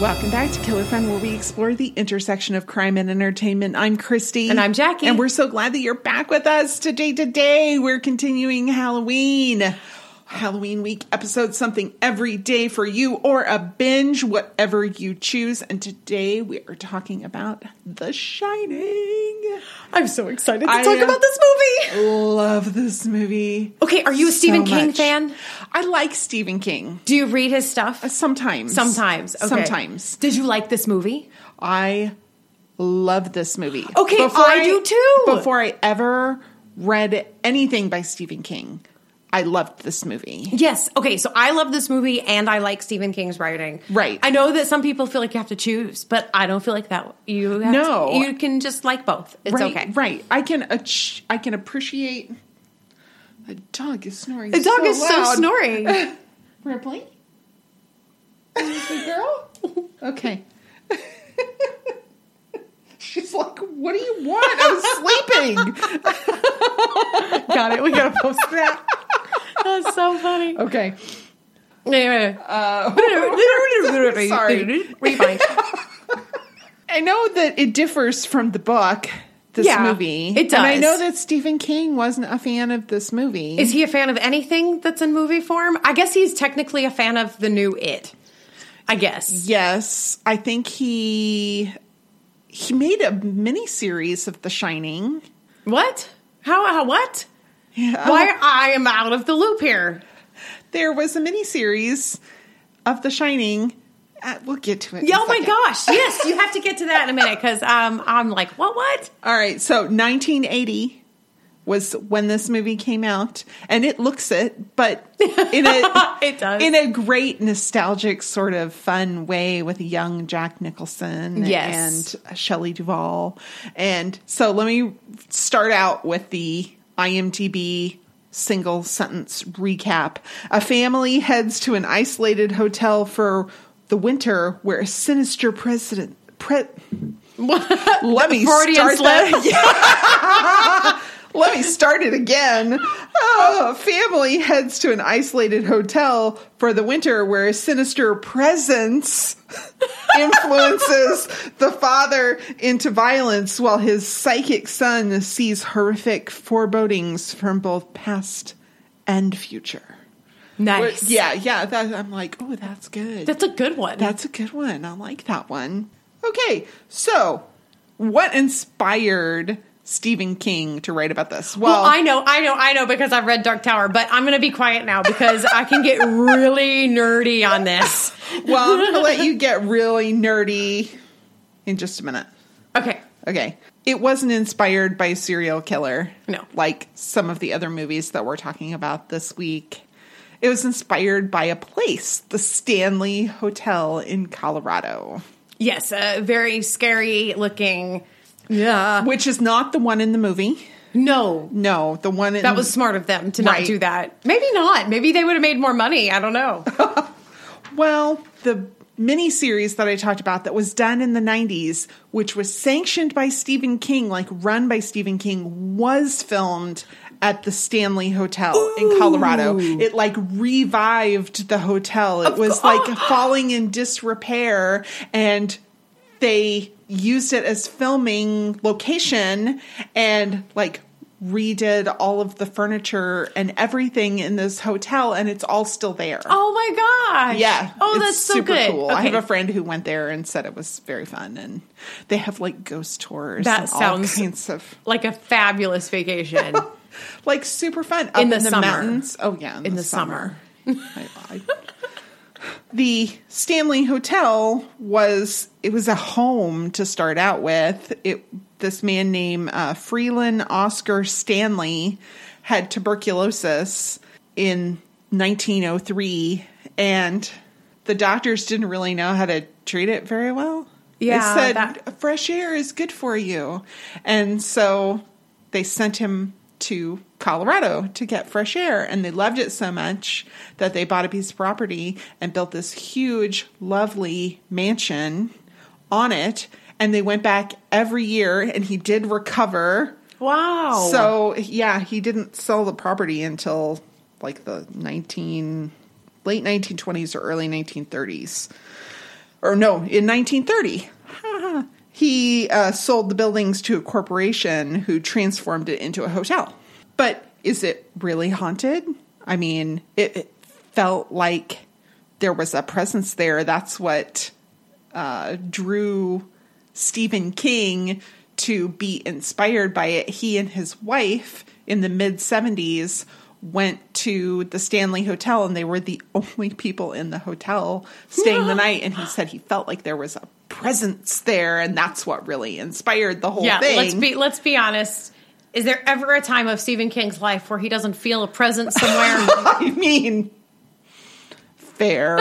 Welcome back to Killer Fun, where we explore the intersection of crime and entertainment. I'm Christy. And I'm Jackie. And we're so glad that you're back with us today. Today, we're continuing Halloween. Halloween week episode, something every day for you or a binge, whatever you choose. And today we are talking about The Shining. I'm so excited to I talk am- about this movie. Love this movie. Okay, are you a So Stephen King much. fan? I like Stephen King. Do you read his stuff? Sometimes. Uh, Sometimes. Okay. Sometimes. Did you like this movie? I love this movie. Okay, I do too. Before I ever read anything by Stephen King, I loved this movie. Yes. Okay, so I love this movie and I like Stephen King's writing. Right. I know that some people feel like you have to choose, but I don't feel like that. You have No. to- you can just like both. It's right, okay. right. I can ach- I can appreciate. The dog is snoring. The dog so is so loud. snoring. Ripley, Is the girl. Okay. She's like, "What do you want? I was sleeping." Got it. We gotta post that. That's so funny. Okay. Anyway. Sorry. Uh, Rewind. I know that it differs from the book, this Yeah, movie. it And I does. know that Stephen King wasn't a fan of this movie. Is he a fan of anything that's in movie form? I guess he's technically a fan of the new It. I guess. yes, I think he he made a mini series of The Shining. What? How? how what? Yeah. Why? I am out of the loop here. There was a mini series of The Shining. Uh, we'll get to it. in a Yeah, oh my second. gosh. Yes, you have to get to that in a minute because um, I'm like, what? What? All right, so 1980 was when this movie came out, and it looks it, but in a It does. Uh, in a great nostalgic sort of fun way with young Jack Nicholson Yes. and Shelley Duvall. And so let me start out with the IMDb single sentence recap. A family heads to an isolated hotel for the winter where a sinister president pre- let me Freudian start slip. that. Let me start it again. Oh, family heads to an isolated hotel for the winter where a sinister presence influences the father into violence while his psychic son sees horrific forebodings from both past and future. Nice. Yeah, yeah. That, I'm like, oh, that's good. That's a good one. That's a good one. I like that one. Okay, so what inspired Stephen King to write about this? Well, well, I know, I know, I know because I've read Dark Tower, but I'm going to be quiet now because I can get really nerdy on this. well, I'm going to let you get really nerdy in just a minute. Okay. Okay. It wasn't inspired by a serial killer. No. Like some of the other movies that we're talking about this week. It was inspired by a place, the Stanley Hotel in Colorado, Yes, a very scary looking. Yeah. which is not the one in the movie. No, No, the one in That was smart of them to not Right. do that. Maybe not. Maybe they would have made more money. I don't know. Well, the miniseries that I talked about that was done in the 90s, which was sanctioned by Stephen King, like run by Stephen King, was filmed at the Stanley Hotel in Colorado. It like revived the hotel. It was like falling in disrepair and they used it as filming location and like redid all of the furniture and everything in this hotel and it's all still there. Oh my gosh. Yeah. Oh, it's that's so super good. cool. I Okay. have a friend who went there and said it was very fun, and they have like ghost tours. That and sounds- all kinds of like a fabulous vacation. like super fun up In in the the, summer. mountains. Oh yeah, in, the summer. summer. I lied. the Stanley Hotel was it was a home to start out with. It this man named uh, Freeland Oscar Stanley had tuberculosis in 1903, and the doctors didn't really know how to treat it very well. Yeah, they said that- fresh air is good for you, and so they sent him to Colorado to get fresh air, and they loved it so much that they bought a piece of property and built this huge, lovely mansion on it. And they went back every year, and he did recover. Oh, wow. So yeah, he didn't sell the property until like the nineteen late nineteen twenties or early nineteen thirties. or no, in 1930. he uh, sold the buildings to a corporation who transformed it into a hotel. But is it really haunted? I mean, it, it felt like there was a presence there. That's what uh, drew Stephen King to be inspired by it. He and his wife in the mid 70s went to the Stanley Hotel and they were the only people in the hotel staying the night. And he said he felt like there was a presence there, and that's what really inspired the whole yeah, thing. let's be let's be honest. Is there ever a time of Stephen King's life where he doesn't feel a presence somewhere? I mean, fair.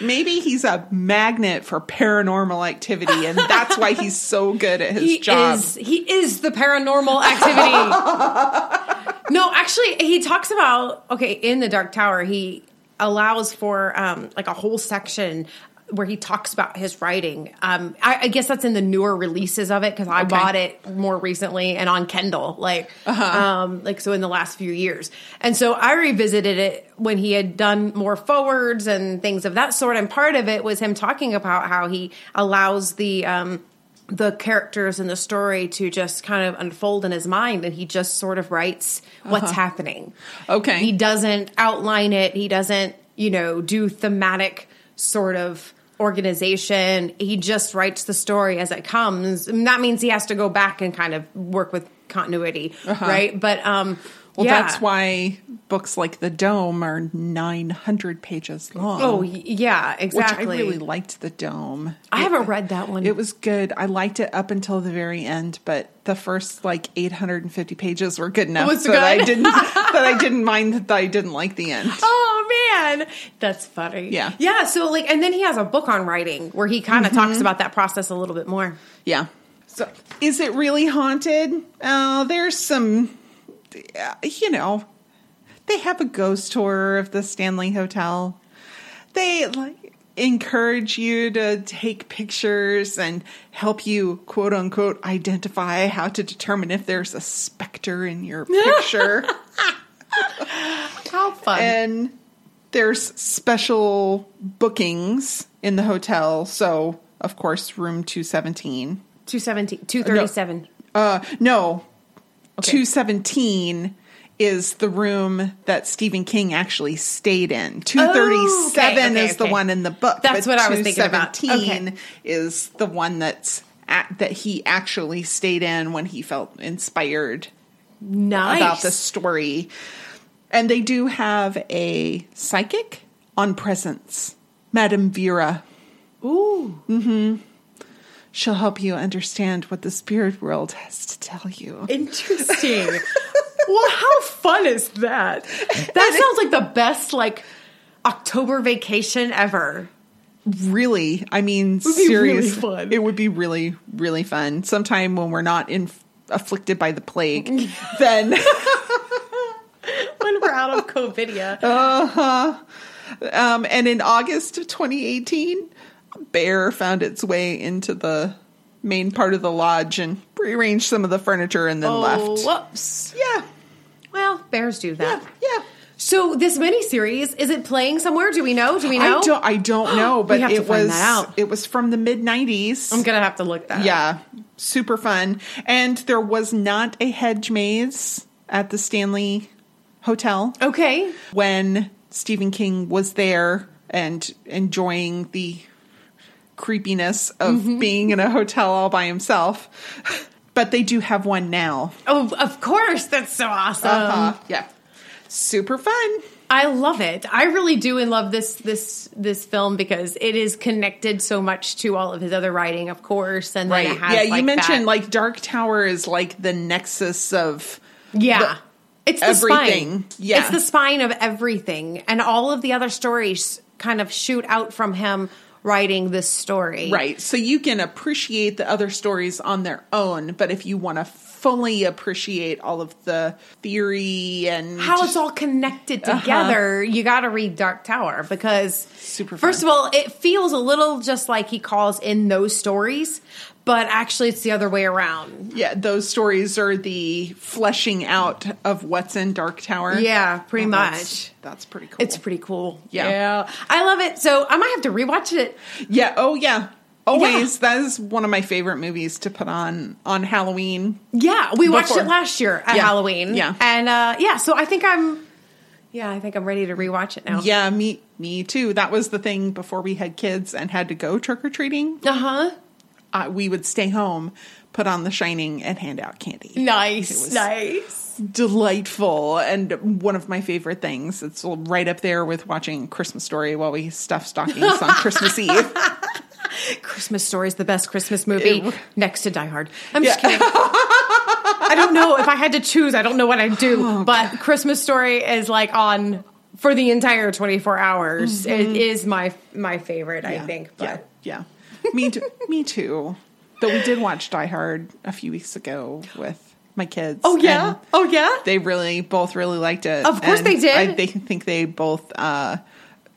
Maybe he's a magnet for paranormal activity, and that's why he's so good at his he job. is he is the paranormal activity. no, actually, he talks about okay in the Dark Tower. He allows for um, like a whole section where he talks about his writing. Um, I, I guess that's in the newer releases of it because I bought it more recently and on Kindle, like um, like so in the last few years. And so I revisited it when he had done more forwards and things of that sort. And part of it was him talking about how he allows the um, the characters in the story to just kind of unfold in his mind and he just sort of writes what's happening. Okay. He doesn't outline it, he doesn't, you know, do thematic sort of organization. He just writes the story as it comes. And that means he has to go back and kind of work with continuity, right? But um Uh-huh. Well, yeah. that's why books like The Dome are 900 pages long. Oh, y- yeah, exactly. Which I really liked The Dome. I haven't read that one. It was good. I liked it up until the very end, but the first like 850 pages were good enough Was that I good? didn't that I didn't mind that I didn't like the end. Oh man, that's funny. Yeah. Mm-hmm. yeah. So like, and then he has a book on writing where he kind of talks about that process a little bit more. Yeah. So, is it really haunted? Uh, there's some, uh, you know, they have a ghost tour of the Stanley Hotel. They like encourage you to take pictures and help you quote unquote identify how to determine if there's a specter in your picture How fun! and there's special bookings in the hotel so of course room 217 217, 237. Uh, no. Okay. 217 is the room that Stephen King actually stayed in. 237 Oh, okay, okay, is the okay. one in the book. That's but what I was thinking about. 217 Okay. is the one that's at, that he actually stayed in when he felt inspired Nice. about the story. And they do have a psychic on presence, Madame Vera. Ooh. She'll help you understand what the spirit world has to tell you. Interesting. well, how fun is that? That sounds like the best like October vacation ever. really i mean be really seriously fun. it would be really really fun sometime when we're not in afflicted by the plague then When we're out of COVIDia. um and in august of 2018 a bear found its way into the main part of the lodge and rearranged some of the furniture and then Oh, left whoops. yeah Well, bears do that. yeah yeah So this miniseries, is it playing somewhere? Do we know? Do we know? i don't i don't know but have to it find was that out. it was from the mid 90s I'm gonna have to look that. up. Yeah, super fun. And there was not a hedge maze at the Stanley Hotel Okay. when Stephen King was there and enjoying the creepiness of Mm-hmm. being in a hotel all by himself. But they do have one now. Oh, of course. That's so awesome. Uh-huh. Yeah. Super fun. I love it. I really do and love this this this film because it is connected so much to all of his other writing, of course. And then it has Yeah, you like, mentioned that- like Dark Tower is like the nexus of yeah. it's the everything. Spine. Yeah. it's the spine of everything, and all of the other stories kind of shoot out from him writing this story. Right. So you can appreciate the other stories on their own, but if you want to fully appreciate all of the theory and how it's all connected Uh-huh. together, you got to read Dark Tower because Super first fun. of all, it feels a little just like he calls in those stories, but actually it's the other way around. Yeah, those stories are the fleshing out of what's in Dark Tower. Yeah, pretty Well, much. That's, that's pretty cool. It's pretty cool. Yeah. I love it. So I might have to rewatch it. yeah. Oh yeah. Always. That is one of my favorite movies to put on on Halloween. Yeah, we watched Before. it last year at Yeah. Halloween. Yeah. and uh, yeah, so I think I'm. Yeah, I think I'm ready to rewatch it now. Yeah, me me too. That was the thing before we had kids and had to go trick or treating. Uh huh. Uh, we would stay home, put on The Shining, and hand out candy. Nice. It was- nice. Delightful and one of my favorite things. It's right up there with watching Christmas Story while we stuff stockings on Christmas Eve. Christmas Story is the best Christmas movie Ew. next to Die Hard. I'm just kidding. I don't know if I had to choose. I don't know what I'd do. Oh, but Christmas Story is like on for the entire 24 hours. It is my my favorite. I Mm-hmm. Yeah, think. But. yeah, yeah. Me too. me too. Though we did watch Die Hard a few weeks ago with my kids. Oh yeah. and oh yeah. they really both really liked it. Of course and they did. I they think they both uh,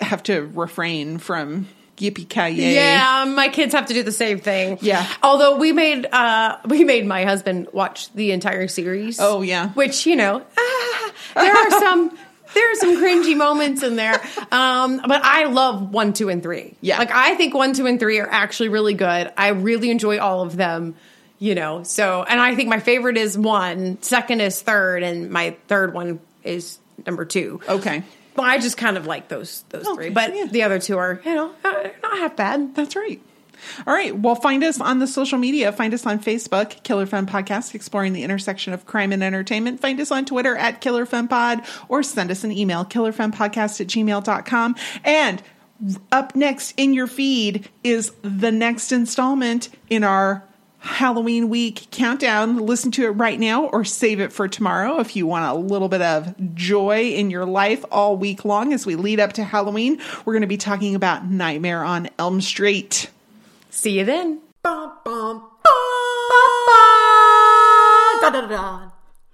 have to refrain from yippee ki yay. Yeah, um, my kids have to do the same thing. Yeah. Although we made uh we made my husband watch the entire series. Oh, yeah. Which, you know, ah, there are some there are some cringy moments in there. Um but I love 1, 2 and 3. Yeah. Like I think 1, 2 and 3 are actually really good. I really enjoy all of them. You know, so and I think my favorite is one, second is third, and my third one is number two. Okay, Well, I just kind of like those those Okay, three, but Oh, yeah. the other two are you know not not half bad. that's right. All right. Well, find us on the social media. Find us on Facebook, Killer Fun Podcast, exploring the intersection of crime and entertainment. Find us on Twitter at Killer Fun Pod or send us an email, killerfunpodcast at gmail.com. And up next in your feed is the next installment in our Halloween week countdown. Listen to it right now or save it for tomorrow if you want a little bit of joy in your life all week long as we lead up to Halloween. We're going to be talking about Nightmare on Elm Street. See you then. Bum, bum, bum, bum, bum. Da, da, da, da.